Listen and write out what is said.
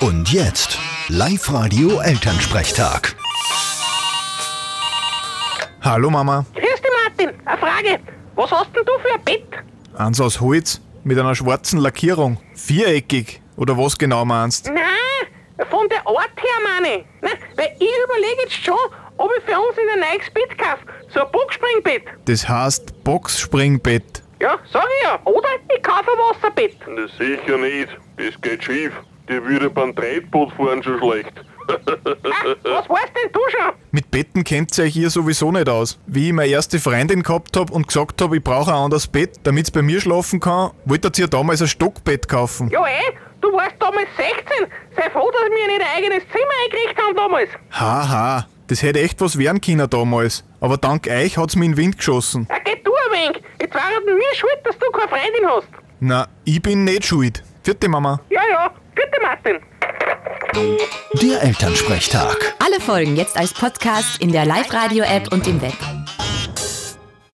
Und jetzt, Live-Radio Elternsprechtag. Hallo Mama, Grüß dich, Martin. Eine Frage. Was hast denn du für ein Bett? eins aus Holz mit einer schwarzen Lackierung. Viereckig oder was genau meinst? Nein, von der Art her, meine ich. Nein, weil ich überlege jetzt schon, ob ich für uns in ein neues Bett kaufe. So ein Boxspringbett. Das heißt Boxspringbett. Ja, sag ich ja. Oder ich kaufe ein Wasserbett. Na, sicher nicht. Das geht schief. Die würde beim Tretboot fahren schon schlecht. Ah, was weißt denn du schon? Mit Betten kennt ihr euch hier sowieso nicht aus. Wie ich meine erste Freundin gehabt habe und gesagt habe, ich brauche ein anderes Bett, damit sie bei mir schlafen kann, wolltet ihr damals ein Stockbett kaufen. Ja, eh, du warst damals 16. Sei froh, dass wir nicht ein eigenes Zimmer eingekriegt haben damals. Haha, das hätte echt was werden können damals. Aber dank euch hat's mich in den Wind geschossen. Ja, Äh, geh du ein wenig. Jetzt waren wir schuld, dass du keine Freundin hast. Na, ich bin nicht schuld. Vierte Mama. Ja, ja. Bitte, Martin. Der Elternsprechtag. Alle Folgen jetzt als Podcast in der Live-Radio-App und im Web.